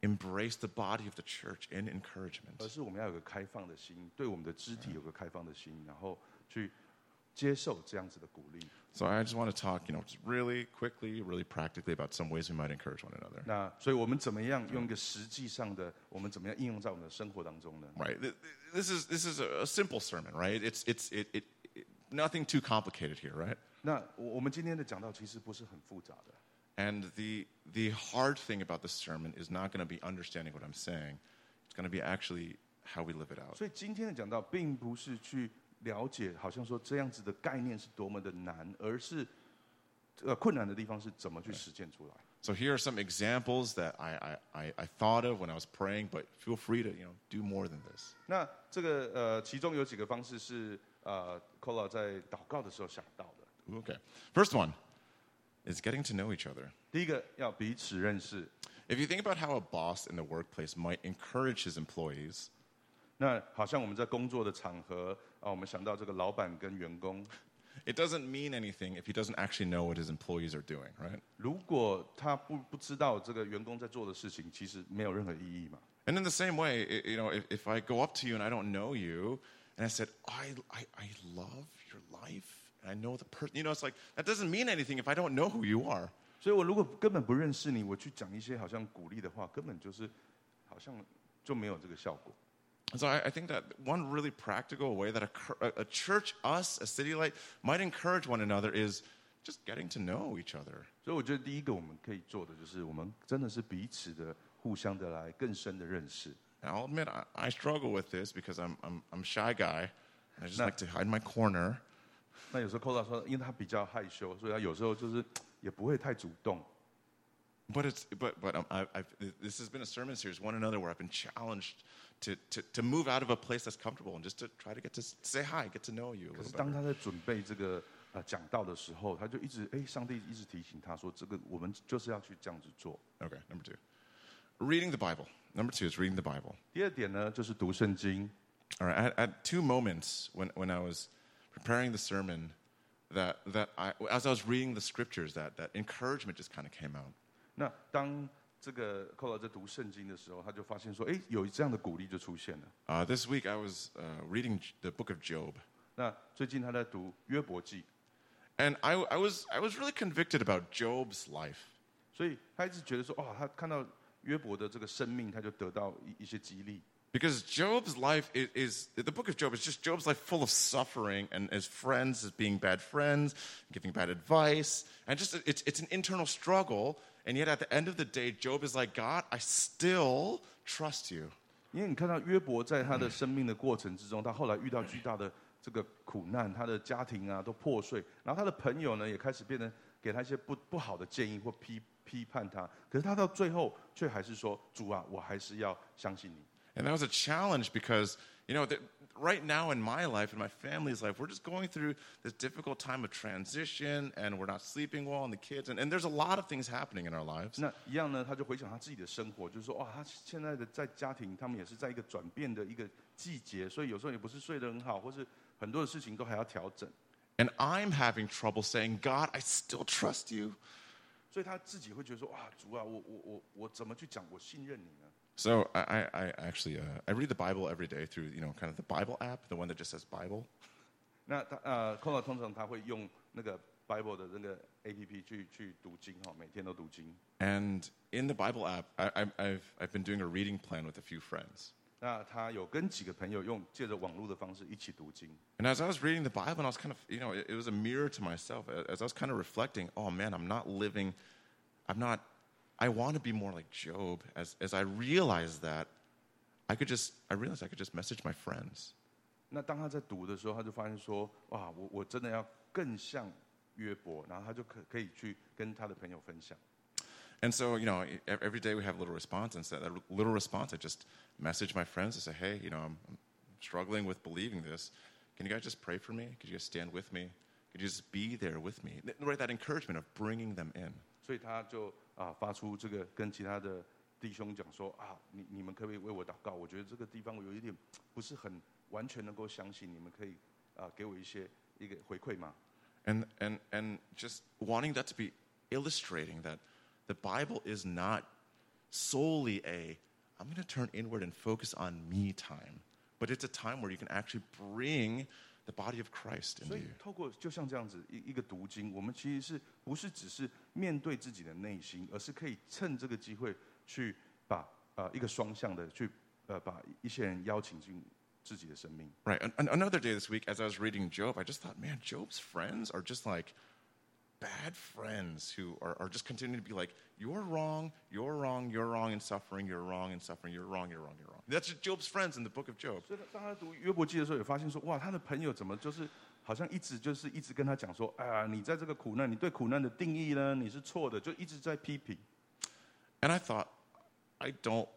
[SPEAKER 1] embrace the body of the church in encouragement
[SPEAKER 2] 而是嗯我们要有个开放的心，对我们的肢体有个开放的心，然后去接受这样子的鼓励。
[SPEAKER 1] so i just want to talk you know just really quickly really practically about some ways we might encourage one another
[SPEAKER 2] 那所以我们怎么样用一个实际上的，我们怎么样应用在我们的生活当中呢？
[SPEAKER 1] right Th- th- this is this is a a simple sermon right it's it's it, it, it nothing too complicated here right
[SPEAKER 2] 那我我们今天的讲到其实不是很复杂的。
[SPEAKER 1] And the, the hard thing about this sermon is not going to be understanding what I'm saying. It's going to be actually how we live it out.
[SPEAKER 2] 所以今天的讲到，并不是去了解，好像说这样子的概念是多么的难，而是呃困难的地方是怎么去实践出来。
[SPEAKER 1] So here are some examples that I, I, I, I thought of when I was praying, but feel free to you know do more than this.
[SPEAKER 2] 那这个呃，其中有几个方式是呃 c o l a 在祷告的时候想到的。
[SPEAKER 1] Ooh, Okay, first one is getting to know each other.
[SPEAKER 2] 第一个要彼此认识。
[SPEAKER 1] If you think about how a boss in the workplace might encourage his employees,
[SPEAKER 2] 那好像我们在工作的场合啊，我们想到这个老板跟员工，
[SPEAKER 1] it doesn't mean anything if he doesn't actually know what his employees are doing, right?
[SPEAKER 2] 如果他不不知道这个员工在做的事情，其实没有任何意义嘛。
[SPEAKER 1] And in the same way, i- you know, if, if I go up to you and I don't know you, and I said, I, I, I love your life, and I know the person, you know, it's like, that doesn't mean anything if I don't know who you are.
[SPEAKER 2] 所以我如果根本不认识你，我去讲一些好像鼓励的话，根本就是好像就没有这个效果。
[SPEAKER 1] And So I, I think that one really practical way that a, cur- a, a church, us, a city light, might encourage one another is just getting to know each other.
[SPEAKER 2] 所以我觉得第一个我们可以做的就是，我们真的是彼此的互相的来更深的认识。
[SPEAKER 1] And I'll admit, I, I struggle with this because I'm, I'm, I'm a shy guy. And I just like to hide in my corner.
[SPEAKER 2] 那有时候 Kola 说，因为他比较害羞，所以他有时候就是也不会太主动。
[SPEAKER 1] But it's but but um, I, I've, this has been a sermon series, one another, where I've been challenged to, to to move out of a place that's comfortable and just to try to get to s- say hi, get to know you a
[SPEAKER 2] 可是
[SPEAKER 1] little
[SPEAKER 2] 当
[SPEAKER 1] better.
[SPEAKER 2] 他在准备这个呃讲道的时候，他就一直哎，上帝一直提醒他说，这个我们就是要去这样子做。
[SPEAKER 1] Okay, number two, reading the Bible. Number two is reading the Bible.
[SPEAKER 2] 第二点呢，就是读圣经。
[SPEAKER 1] All right, I had, I had two moments when when I was preparing the sermon that that I as I was reading the scriptures that that encouragement just kind of came out.
[SPEAKER 2] 那当这个寇老在读圣经的时候，他就发现说，哎，有这样的鼓励就出现了。
[SPEAKER 1] Uh, this week I was uh, reading J- the book of Job,
[SPEAKER 2] 那最近他在读约伯记，
[SPEAKER 1] and I, I was I was really convicted about Job's life.
[SPEAKER 2] 所以他一直觉得说，哦哇，他看到约伯的这个生命，他就得到一一些激励。
[SPEAKER 1] Because Job's life is, is the book of Job is just Job's life full of suffering and his friends as being bad friends, giving bad advice, and just it's it's an internal struggle. And yet at the end of the day, Job is like, God, I still trust you.
[SPEAKER 2] 因为你看到约伯在他的生命的过程之中，他后来遇到巨大的这个苦难，他的家庭啊都破碎，然后他的朋友呢也开始变得给他一些不不好的建议或批批判他，可是他到最后却还是说，主啊，我还是要相信你。
[SPEAKER 1] And that was a challenge because you know that right now in my life, in my family's life, we're just going through this difficult time of transition, and we're not sleeping well, and the kids, and, and there's a lot of things happening in our lives.
[SPEAKER 2] 那一样呢，他就回想他自己的生活，就是说，哇，他现在的在家庭，他们也是在一个转变的一个季节，所以有时候也不是睡得很好，或是很多的事情都还要调整，
[SPEAKER 1] And I'm having trouble saying, God, I still trust you.
[SPEAKER 2] 所以他自己会觉得说，哇，主啊，我我我我怎么去讲我信任你呢？
[SPEAKER 1] So I, I, I actually uh, I read the Bible every day through you know kind of the Bible app, the one that just says Bible.
[SPEAKER 2] 那他呃 c o l a 通常他会用那个 Bible 的那个 A P P 去去读经哈，每天都读经。
[SPEAKER 1] And in the Bible app, I, I, I've I've been doing a reading plan with a few friends.
[SPEAKER 2] 那他有跟几个朋友用借着网络的方式一起读经。
[SPEAKER 1] And as I was reading the Bible, and I was kind of you know it, it was a mirror to myself. A- As I was kind of reflecting, oh man, I'm not living, I'm not. I want to be more like Job. As as I realized that, I could just I realized I could just message my friends.
[SPEAKER 2] 那当他在读的时候，他就发现说，哇，我我真的要更像约伯，然后他就可可以去跟他的朋友分享。
[SPEAKER 1] And so, you know, e- every day we have a little response, and so that little response, I just message my friends and say, hey, you know, I'm, I'm struggling with believing this. Can you guys just pray for me? Could you guys stand with me? Could you just be there with me? Th- Right, that encouragement of bringing them in.
[SPEAKER 2] 所以他就啊、发出这个跟其他的弟兄讲说啊，你你们可不可以为我祷告？我觉得这个地方我有一点不是很完全能够相信，你们可以啊、给我一些一个回馈吗？
[SPEAKER 1] And, and, and just wanting that to be illustrating that the Bible is not solely a, I'm going to turn inward and focus on me time, but it's a time where you can actually bring the body of Christ
[SPEAKER 2] 所
[SPEAKER 1] into
[SPEAKER 2] 以
[SPEAKER 1] you.
[SPEAKER 2] 透过就像这样子一一个读经，我们其实是不是只是面对自己的内心，而是可以趁这个机会去把呃一个双向的去呃把一些人邀请进自己的生命。
[SPEAKER 1] Right. An- an- another day this week, as I was reading Job, I just thought, man, Job's friends are just like, bad friends who are, are just continuing to be like, you're wrong, you're wrong, you're wrong in suffering, you're wrong in suffering, you're wrong, you're wrong, you're wrong. That's Job's friends in the book of Job.
[SPEAKER 2] 所以当他读约伯记的时候，也发现说，哇，他的朋友怎么就是好像一直就是一直跟他讲说，啊，你在这个苦难，你对苦难的定义呢，你是错的，就一直在批评。
[SPEAKER 1] And I thought, I don't,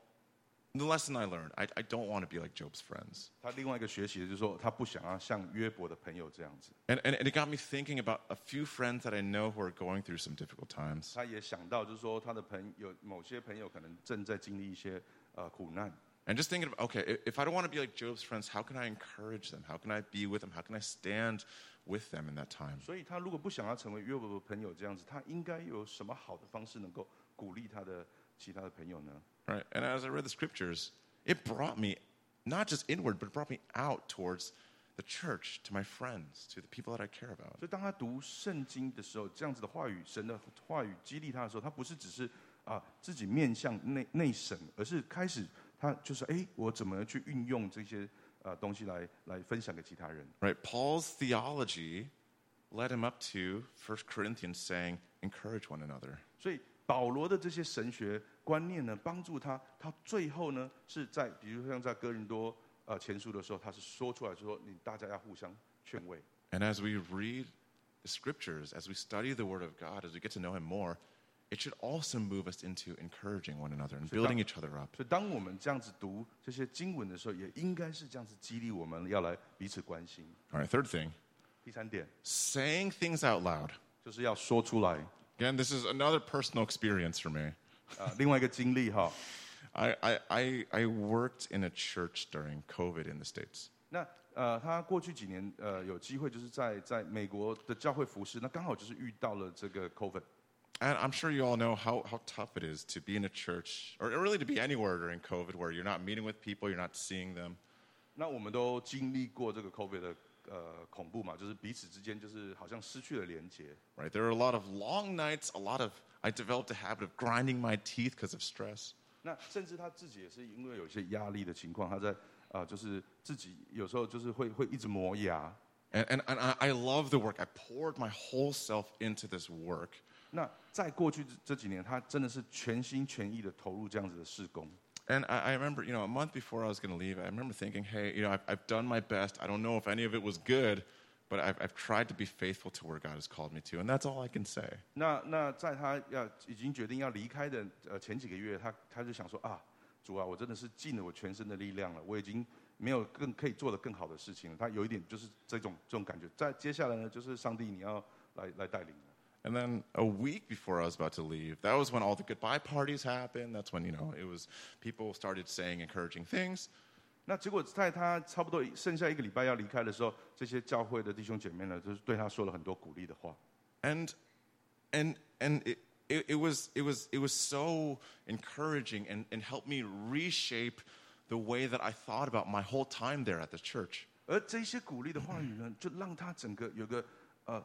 [SPEAKER 1] the lesson I learned, I, I don't want to be like Job's friends.
[SPEAKER 2] 他另外一个学习的就是说，他不想要像约伯的朋友这样子。
[SPEAKER 1] And, and, and it got me thinking about a few friends that I know who are going through some difficult times.
[SPEAKER 2] 他也想到，就是说他的朋友某些朋友可能正在经历一些呃苦难。
[SPEAKER 1] And just thinking, about, okay, i- if I don't want to be like Job's friends, how can I encourage them? How can I be with them? How can I stand with them in that time?
[SPEAKER 2] 所以他如果不想要成为约伯的朋友这样子，他应该有什么好的方式能够鼓励他的其他的朋友呢？
[SPEAKER 1] Right? And as I read the scriptures, it brought me not just inward, but it brought me out towards the church, to my friends, to the people that I care about.
[SPEAKER 2] 所以当他读圣经的时候，这样子的话语，神的话语激励他的时候，他不是只是啊自己面向内内省，而是开始他就是哎，我怎么去运用这些呃东西来来分享给其他人。
[SPEAKER 1] Right? Paul's theology led him up to 1 Corinthians saying, encourage one another.
[SPEAKER 2] 所以保罗的这些神学观念呢，帮助他，他最后呢是在比如像在哥林多呃前书的时候，他是说出来说，你大家要互相劝慰。
[SPEAKER 1] And as we read the scriptures, as we study the Word of God, as we get to know Him more, it should also move us into encouraging one another and building each other up.
[SPEAKER 2] 所以当我们这样子读这些经文的时候，也应该是这样子激励我们要来彼此关心。
[SPEAKER 1] All right, third thing
[SPEAKER 2] 第三点。
[SPEAKER 1] saying things out loud.
[SPEAKER 2] 就是要说出来
[SPEAKER 1] Again, this is another personal experience for me.
[SPEAKER 2] 啊、另外一个经历哈，
[SPEAKER 1] I, I, I, I worked in a church during COVID in the States.
[SPEAKER 2] 那呃，他过去几年呃有机会就是在在美国的教会服侍，那刚好就是遇到了这个 COVID。
[SPEAKER 1] And I'm sure you all know how, how tough it is to be in a church, or really to be anywhere during COVID where you're not meeting with people, you're not seeing them.
[SPEAKER 2] 那我们都经历过这个 COVID 的呃恐怖嘛，就是彼此之间就是好像失去了连接，
[SPEAKER 1] right? There are a lot of long nights, a lot of, I developed a habit of grinding my teeth because of stress.
[SPEAKER 2] 那甚至他自己也是因为有一些压力的情况，他在啊、呃就是自己有时候就是会会一直磨牙。
[SPEAKER 1] And, and, and I, I love the work. I poured my whole self into this work.
[SPEAKER 2] 那在过去这这几年，他真的是全心全意的投入这样子的事工。
[SPEAKER 1] And I, I remember, you know, a month before I was going to leave, I remember thinking, hey, you know, I've, I've done my best. I don't know if any of it was good, but I've, I've tried to be faithful to where God has called me to. And that's all I can say.
[SPEAKER 2] 那那在他要已经决定要离开的呃前几个月，他他就想说啊，主啊，我真的是尽了我全身的力量了，我已经没有更可以做的更好的事情了。他有一点就是这种这种感觉。在接下来呢，就是上帝你要来来带领了。
[SPEAKER 1] And then a week before I was about to leave, that was when all the goodbye parties happened. That's when, you know, it was people started saying encouraging things.
[SPEAKER 2] 那结果在他差不多剩下一个礼拜要离开的时候，这些教会的弟兄姐妹呢，就是对他说了很多鼓励的话。
[SPEAKER 1] and and and it, it, it was it was it was so encouraging and, and helped me reshape the way that I thought about my whole time there at the church.
[SPEAKER 2] 而这些鼓励的话语呢，就让他整个有个呃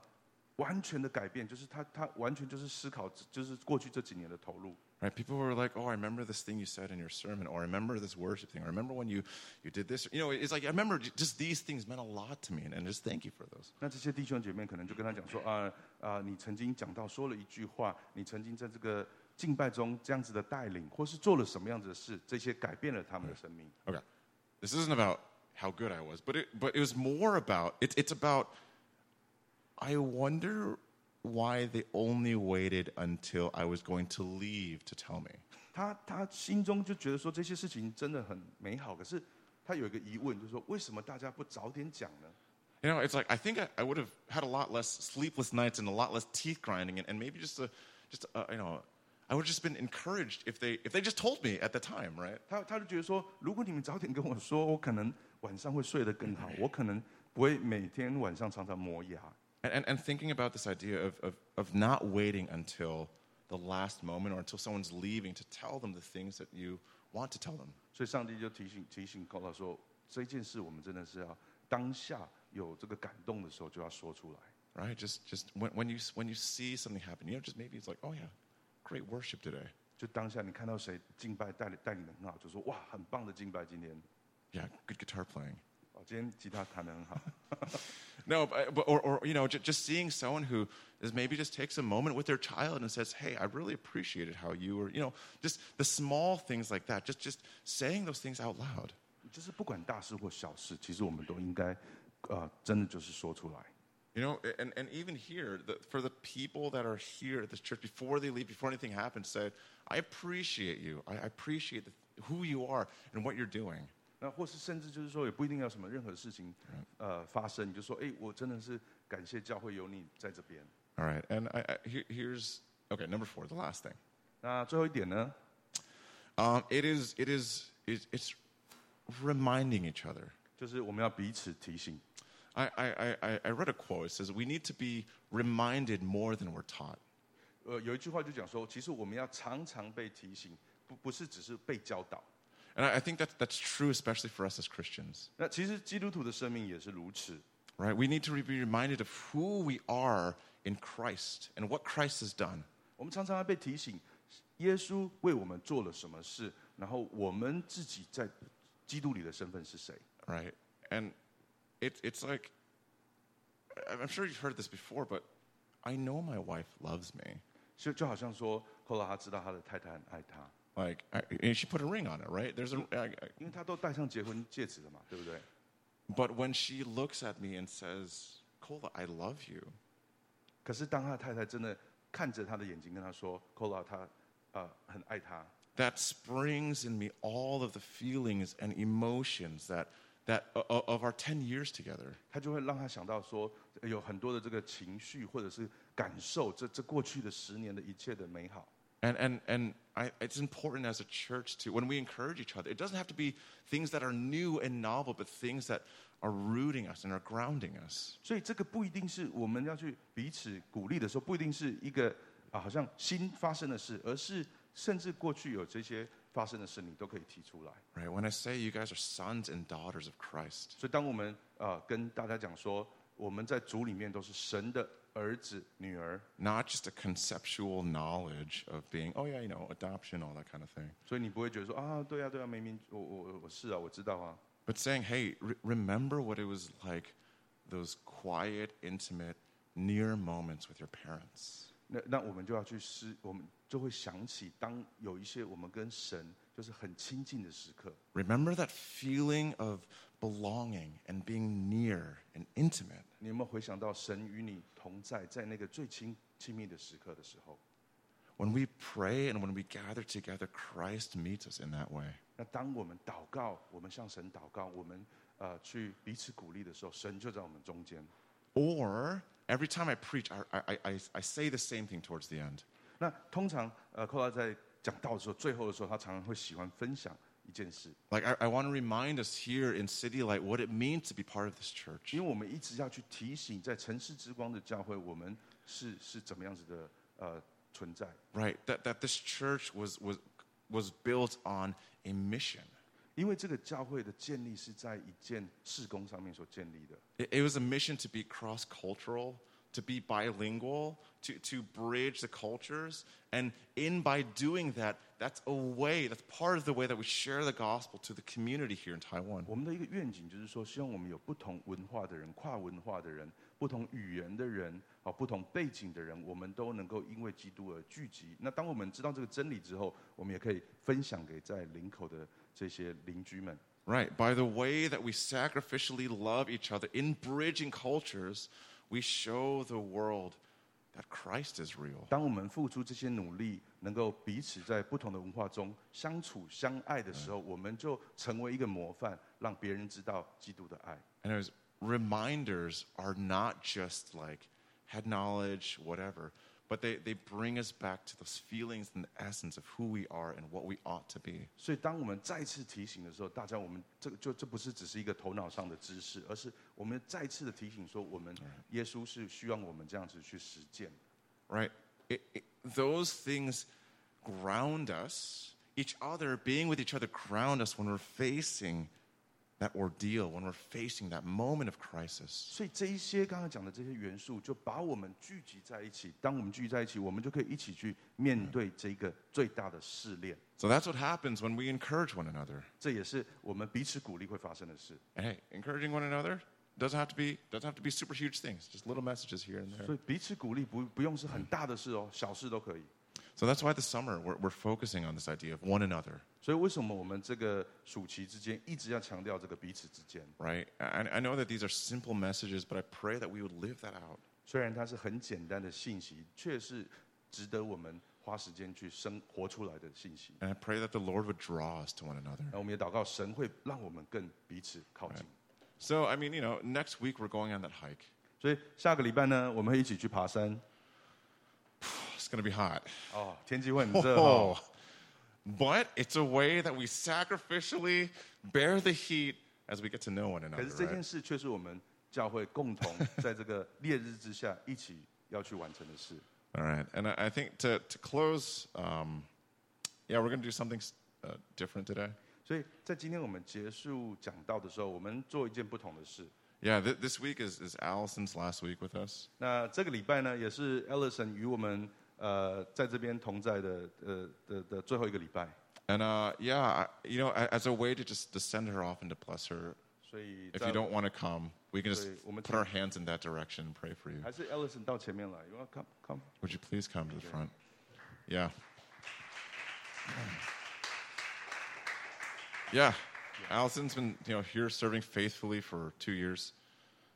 [SPEAKER 2] 完全的改变，就是他他完全就是思考，就是过去这几年的投入。
[SPEAKER 1] Right? People were like, "Oh, I remember this thing you said in your sermon, or I remember this worship thing, or I remember when you you did this." You know, it's like I remember j- just these things meant a lot to me, and, and just thank you for those.
[SPEAKER 2] 那这些弟兄姐妹可能就跟他讲说啊啊、你曾经讲到说了一句话，你曾经在这个敬拜中这样子的带领，或是做了什么样子的事，这些改变了他们的生命。
[SPEAKER 1] Okay, this isn't about how good I was, but it but it was more about it's it's about. I wonder why they only waited until I was going to leave to tell me.
[SPEAKER 2] 他他心中就觉得说这些事情真的很美好，可是他有一个疑问，就是说为什么大家不早点讲呢？
[SPEAKER 1] You know, it's like I think I, I would have had a lot less sleepless nights and a lot less teeth grinding, and, and maybe just a, just a, you know, I would have just been encouraged if they if they just told me at the time, right?
[SPEAKER 2] 他他就觉得说，如果你们早点跟我说，我可能晚上会睡得更好，我可能不会每天晚上常常磨牙。
[SPEAKER 1] And and, and thinking about this idea of, of of not waiting until the last moment or until someone's leaving to tell them the things that you want to tell them.
[SPEAKER 2] 所以上帝就提醒提醒高老说，这件事我们真的是要当下有这个感动的时候就要说出来。
[SPEAKER 1] right? Just just when, when you when you see something happen, you know, just maybe it's like, oh yeah, great worship today.
[SPEAKER 2] 就当下你看到谁敬拜带领带领的很好，就说哇，很棒的敬拜，今天
[SPEAKER 1] Yeah, good guitar playing.
[SPEAKER 2] 哦，今天吉他弹得很好。
[SPEAKER 1] No, but, but- or, or you know, just, just seeing someone who is maybe just takes a moment with their child and says, "Hey, I really appreciated how you were," you know, just the small things like that. Just just saying those things out loud.
[SPEAKER 2] 就是不管大事或小事，其实我们都应该，呃，真的就是说出来。
[SPEAKER 1] You know, and, and even here, the, for the people that are here at this church, before they leave, before anything happens, say, I appreciate you. I, I appreciate the, who you are and what you're doing.
[SPEAKER 2] 那或是甚至就是说，也不一定要什么任何事情，呃，发生，你就说，哎，我真的是感谢教会有你在这边。
[SPEAKER 1] All right. And I, I, here, here's, okay, number four, the last thing.
[SPEAKER 2] 那最后一点呢，
[SPEAKER 1] Um, it is, it is, it, it's reminding each other.
[SPEAKER 2] 就是我们要彼此提醒。
[SPEAKER 1] I, I, I- I, I read a quote. It says, we need to be reminded more than we're taught.
[SPEAKER 2] 呃，有一句话就讲说，其实我们要常常被提醒，不不是只是被教导。
[SPEAKER 1] And I, I think that, that's true, especially for us as Christians,
[SPEAKER 2] 那其实基督徒的生命也是如此，
[SPEAKER 1] right? We need to be reminded of who we are in Christ and what Christ has done.
[SPEAKER 2] 我们常常要被提醒，耶稣为我们做了什么事，然后我们自己在基督里的身份是谁。
[SPEAKER 1] right? And it, it's like, I- I'm sure you've heard this before, but I know my wife loves me.
[SPEAKER 2] 就就好像说，后来他知道他的太太很爱他，
[SPEAKER 1] Like, I, and she put a ring on it, right? There's a, I, I,
[SPEAKER 2] 因为他都戴上结婚戒指了嘛，对不对？
[SPEAKER 1] but when she looks at me and says, Cola, I love you,
[SPEAKER 2] 可是当他的太太真的看着他的眼睛跟他说 c o l a 他呃很爱他，
[SPEAKER 1] that springs in me all of the feelings and emotions that, that o- o- of our 10 years together.
[SPEAKER 2] 他就会让他想到说，呃有很多的这个情绪或者是感受，这这过去的十年的一切的美好。
[SPEAKER 1] And, and, and I, it's important as a church to, when we encourage each other, it doesn't have to be things that are new and novel, but things that are rooting us and are grounding us.
[SPEAKER 2] 所以这个不一定是我们要去彼此鼓励的时候，不一定是一个啊好像新发生的事，而是甚至过去有这些发生的事，你都可以提出来。
[SPEAKER 1] Right? When I say you guys are sons and daughters of Christ,
[SPEAKER 2] 所以当我们啊、呃跟大家讲说，我们在主里面都是神的儿子女儿，
[SPEAKER 1] not just a conceptual knowledge of being, oh yeah, you know, adoption, all that kind of thing,
[SPEAKER 2] 所以你不会觉得说啊对啊对啊，明明我我我我是啊我知道啊，
[SPEAKER 1] but saying, hey, re- remember what it was like those quiet, intimate, near moments with your parents.
[SPEAKER 2] 那那我们就要去思，我们就会想起，当有一些我们跟神就是很亲近的时刻，
[SPEAKER 1] Remember that feeling of belonging and being near and intimate.
[SPEAKER 2] 你有没有回想到神与你同在，在那个最亲亲密的时刻的时候？
[SPEAKER 1] When we pray and when we gather together, Christ meets us in that way.
[SPEAKER 2] 那当我们祷告，我们向神祷告，我们呃去彼此鼓励的时候，神就在我们中间。
[SPEAKER 1] Or every time I preach, I, I, I, I say the same thing towards the end.
[SPEAKER 2] 那通常呃，寇拉在讲道的时候，最后的时候，他常常会喜欢分享一件事，
[SPEAKER 1] Like, I, I want to remind us here in City Light what it means to be part of this church.
[SPEAKER 2] 因为我们一直要去提醒，在城市之光的教会，我们是是怎么样子的呃存在。
[SPEAKER 1] Right? That, that this church was, was, was built on a mission.
[SPEAKER 2] 因为这个教会的建立是在一件事工上面所建立的，
[SPEAKER 1] It, it was a mission to be cross cultural, to be bilingual, to, to bridge the cultures. And in by doing that, that's a way, that's part of the way that we share the gospel to the community here in Taiwan.
[SPEAKER 2] 我们的一个愿景就是说，希望我们有不同文化的人、跨文化的人、不同语言的人、啊不同背景的人，我们都能够因为基督而聚集。那当我们知道这个真理之后，我们也可以分享给在林口的这些邻居们。
[SPEAKER 1] Right. By the way that we sacrificially love each other in bridging cultures, we show the world that Christ is real.
[SPEAKER 2] 当我们付出这些努力，能够彼此在不同的文化中相处相爱的时候，我们就成为一个模范，让别人知道基督的爱。
[SPEAKER 1] And it was reminders are not just like head knowledge, whatever, but they, they bring us back to those feelings and the essence of who we are and what we ought to be.
[SPEAKER 2] 所以，当我们再次提醒的时候，大家，我们这个就这不是只是一个头脑上的知识，而是我们再次的提醒说，我们耶稣是需要我们这样子去实践。
[SPEAKER 1] Right? It, it, those things ground us. Each other, being with each other, ground us when we're facing that ordeal, when we're facing that moment of crisis.
[SPEAKER 2] 所以，这一些刚才讲的这些元素，就把我们聚集在一起。当我们聚集在一起，我们就可以一起去面对这个最大的试炼。
[SPEAKER 1] So that's what happens when we encourage one another.
[SPEAKER 2] 这也是我们彼此鼓励会发生的事。
[SPEAKER 1] And hey, encouraging one another, Doesn't have to be doesn't have to be super huge things. Just little messages here and there.
[SPEAKER 2] 所以彼此鼓励不不用是很大的事哦，小事都可以。
[SPEAKER 1] So that's why this summer we're, we're focusing on this idea of one another,
[SPEAKER 2] 所以为什么我们这个暑期之间一直要强调这个彼此之间？
[SPEAKER 1] right? I, I know that these are simple messages, but I pray that we would live that out.
[SPEAKER 2] 虽然它是很简单的信息，却是值得我们花时间去生活出来的信息。
[SPEAKER 1] And I pray that the Lord would draw us to one another.
[SPEAKER 2] 那我们也祷告，神会让我们更彼此靠近。
[SPEAKER 1] So, I mean, you know, next week we're going on that hike.
[SPEAKER 2] 所以下个礼拜呢，我们会一起去爬山。
[SPEAKER 1] It's going to be hot.
[SPEAKER 2] 哦，天气会很热、哦，
[SPEAKER 1] Oh. But it's a way that we sacrificially bear the heat as we get to know one
[SPEAKER 2] 可
[SPEAKER 1] another.
[SPEAKER 2] 是这件
[SPEAKER 1] right?
[SPEAKER 2] 事却是我们教会共 同在这个烈日之下一起要去完成的事。
[SPEAKER 1] All right. And I, I think to, to close, um, yeah, we're going to do something s- uh, different today.
[SPEAKER 2] 所以在今天我们结束讲道的时候，我们做一件不同的事。
[SPEAKER 1] Yeah, th- this week is, is Allison's last week with us.
[SPEAKER 2] 那这个礼拜呢，也是 Ellison 与我们呃在这边同在的呃的的最后一个礼拜，
[SPEAKER 1] And uh, yeah, I, you know, a- as a way to just to send her off and to bless her.
[SPEAKER 2] 所以
[SPEAKER 1] If
[SPEAKER 2] 在
[SPEAKER 1] you don't want to come, we can just
[SPEAKER 2] Sorry, 我们
[SPEAKER 1] put our hands in that direction and pray for you.
[SPEAKER 2] 还是 Ellison 到前面来，You want come come？
[SPEAKER 1] Would you please come to the front? Yeah. Yeah. Allison's been, you know, here serving faithfully for two years.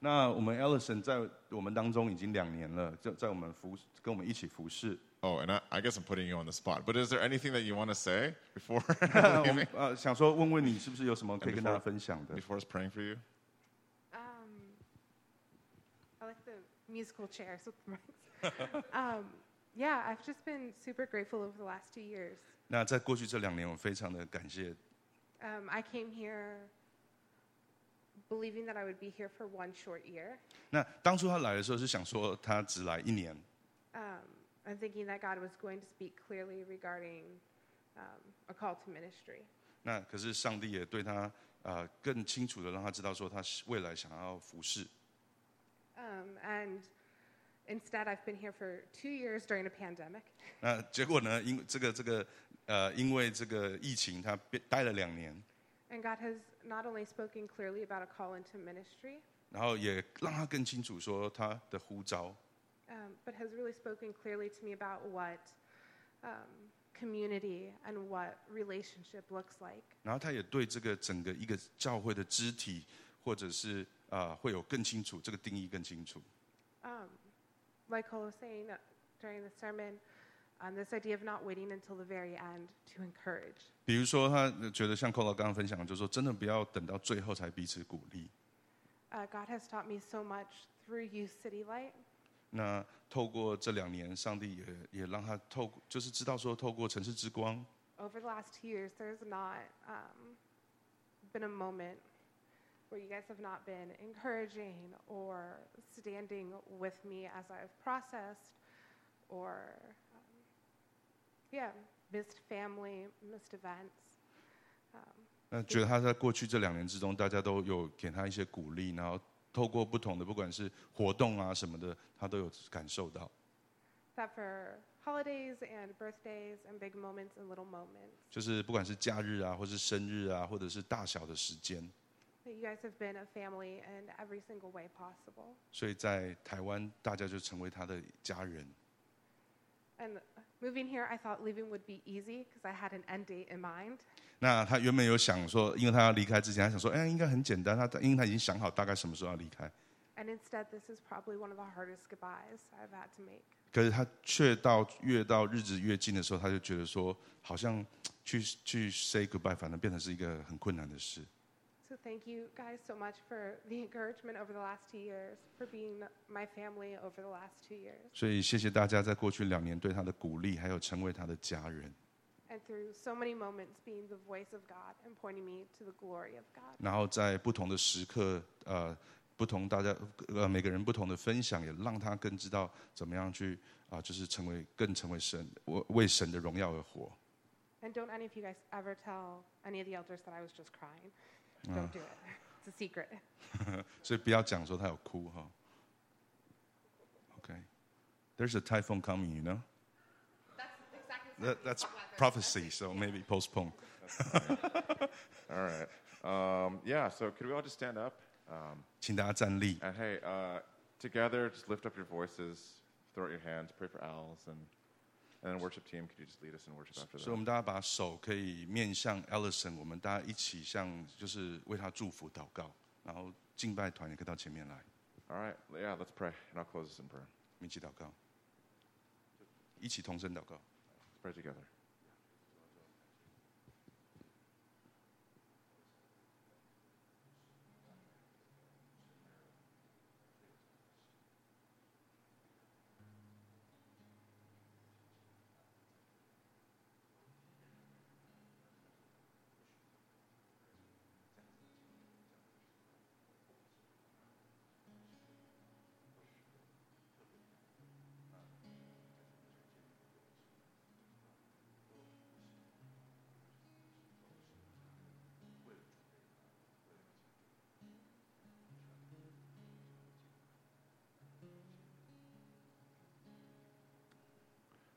[SPEAKER 2] 那我们 Ellison 在我们当中已经两年了，就在我们服跟我们一起 服侍。
[SPEAKER 1] Oh, and I, I guess I'm putting you on the spot. But is there anything that you want to say before
[SPEAKER 2] 那我
[SPEAKER 1] leaving?
[SPEAKER 2] 们呃想说问问你是不是有什么可以跟大家分享的？
[SPEAKER 1] Before us praying for you?
[SPEAKER 3] Um, I like the musical chairs with the mics. um, yeah, I've just been super grateful over the last two years.
[SPEAKER 2] 那在过去这两年，我非常的感谢，
[SPEAKER 3] Um, I came here believing that I would be here for one short year,
[SPEAKER 2] 那当初他来的时候是想说他只来一年，
[SPEAKER 3] um, and thinking that God was going to speak clearly regarding um, a call to ministry.
[SPEAKER 2] 那可是上帝也对他呃更清楚的让他知道说他是未来想要服侍。
[SPEAKER 3] Um, and instead, I've been here for two years during a pandemic.
[SPEAKER 2] 那结果呢，因这个这个呃，因为这个疫情，他变待了两年，
[SPEAKER 3] And God has not only spoken clearly about a call into ministry,
[SPEAKER 2] 然后也让他更清楚说他的呼召，
[SPEAKER 3] um, but has really spoken clearly to me about what um, community and what relationship looks like.
[SPEAKER 2] 然后他也对这个整个一个教会的肢体，或者是呃，会有更清楚这个定义更清楚。
[SPEAKER 3] Um, like Cole was saying uh, during the sermon, um, this idea of not waiting until the very end to encourage.
[SPEAKER 2] 比如说，他觉得像寇老刚刚分享的，就是说真的不要等到最后才彼此鼓励。
[SPEAKER 3] Uh, God has taught me so much through Youth City Light.
[SPEAKER 2] 那透过这两年，上帝也也让他透，就是知道说，透过城市之光，
[SPEAKER 3] Over the last two years, there's not um, been a moment where you guys have not been encouraging or standing with me as I've processed or, um, yeah, missed family, missed events. Um,
[SPEAKER 2] 那觉得他在过去这两年之中，大家都有给他一些鼓励，然后透过不同的，不管是活动啊什么的，他都有感受到。
[SPEAKER 3] that for holidays and birthdays and big moments and little moments,
[SPEAKER 2] 就是不管是假日啊，或是生日啊，或者是大小的时间，
[SPEAKER 3] that you guys have been a family in every single way possible.
[SPEAKER 2] 所以在台湾，大家就成为他的家人。
[SPEAKER 3] And moving here, I thought leaving would be easy because I had an end date in mind.
[SPEAKER 2] 那他原本有想说，因为他要离开之前，他想说，哎，应该很简单。他因为他已经想好大概什么时候要离开，
[SPEAKER 3] And instead, this is probably one of the hardest goodbyes I've had to make.
[SPEAKER 2] 可是他却到越到日子越近的时候，他就觉得说，好像去去 say goodbye，反而变成是一个很困难的事。
[SPEAKER 3] So, thank you guys so much for the encouragement over the last two years, for being my family over the last two years.
[SPEAKER 2] 所以谢谢大家在过去两年对他的鼓励，还有成为他的家人，
[SPEAKER 3] And through so many moments, being the voice of God and pointing me to the glory of God.
[SPEAKER 2] 然后在不同的时刻，呃，不同大家呃每个人不同的分享，也让他更知道怎么样去啊、就是成为更成为神，我为神的荣耀而活。
[SPEAKER 3] And don't any of you guys ever tell any of the elders that I was just crying. Don't do it, it's a secret.
[SPEAKER 2] 所以不要讲说他有哭哈。OK，there's、a typhoon coming, you know.
[SPEAKER 3] That's exactly
[SPEAKER 2] That, that's prophecy, so maybe postpone.
[SPEAKER 1] All right. Um, yeah, so could we all just stand up? Um,
[SPEAKER 2] 请大家站立。
[SPEAKER 1] and hey, uh, together, just lift up your voices, throw out your hands, pray for Al's, and, and then worship team, could you just lead us in worship after
[SPEAKER 2] 所以，我
[SPEAKER 1] that?
[SPEAKER 2] 们大家把手可以面向 Ellison，我们大家一起向就是为他祝福祷告，然后敬拜团也可以到前面来，我
[SPEAKER 1] All right, yeah, let's pray, and I'll close this in prayer.
[SPEAKER 2] 们一起祷告，一起同声祷告。
[SPEAKER 1] Let's pray together.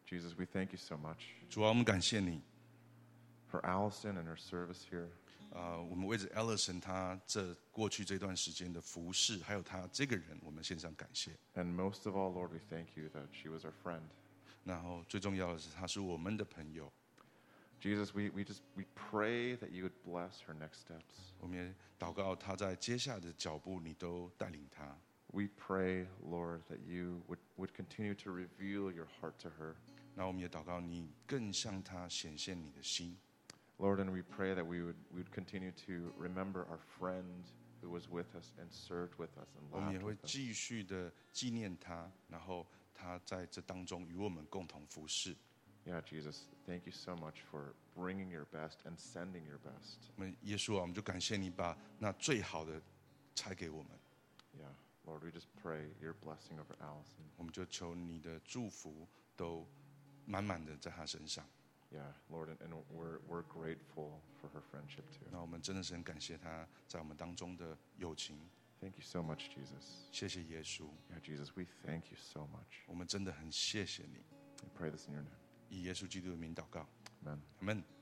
[SPEAKER 1] Jesus, we thank you so much
[SPEAKER 2] 主啊，我们感谢你，
[SPEAKER 1] for Allison and her service here.
[SPEAKER 2] 呃，我们为着 Ellison 他这过去这段时间的服饰，还有他这个人，我们献上感谢。
[SPEAKER 1] And most of all, Lord, we thank you that she was our friend.
[SPEAKER 2] 然后最重要的是，他是我们的朋友，
[SPEAKER 1] Jesus, we, we just we pray that you would bless her next steps.
[SPEAKER 2] 我们也祷告他在接下来的脚步，你都带领他。
[SPEAKER 1] We pray, Lord, that you would, would continue to reveal your heart to her.
[SPEAKER 2] 那我们也祷告你更向他显现你的心。
[SPEAKER 1] Lord, and we pray that we would, we would continue to remember our friend who was with us and served with us
[SPEAKER 2] 我
[SPEAKER 1] and
[SPEAKER 2] 们也
[SPEAKER 1] laughed
[SPEAKER 2] 会
[SPEAKER 1] with us.
[SPEAKER 2] 继续的纪念他，然后他在这当中与我们共同服侍。
[SPEAKER 1] Yeah, Jesus, thank you so much for bringing your best and sending your best.
[SPEAKER 2] 我们耶稣啊，我们就感谢你把那最好的拆给我们，
[SPEAKER 1] Yeah, Lord, we just pray your blessing over Allison.
[SPEAKER 2] 我们就求你的祝福都满满的在他身上。
[SPEAKER 1] Yeah, Lord, and, and we're, we're grateful for her friendship too.
[SPEAKER 2] 那我们真的是很感谢他在我们当中的友情，
[SPEAKER 1] Thank you so much, Jesus.
[SPEAKER 2] 谢谢耶稣，
[SPEAKER 1] Yeah, Jesus, we thank you so much.
[SPEAKER 2] 我们真的很谢谢你。
[SPEAKER 1] We pray this in your name.
[SPEAKER 2] 以耶稣基督的名祷告，
[SPEAKER 1] Amen.
[SPEAKER 2] 阿门。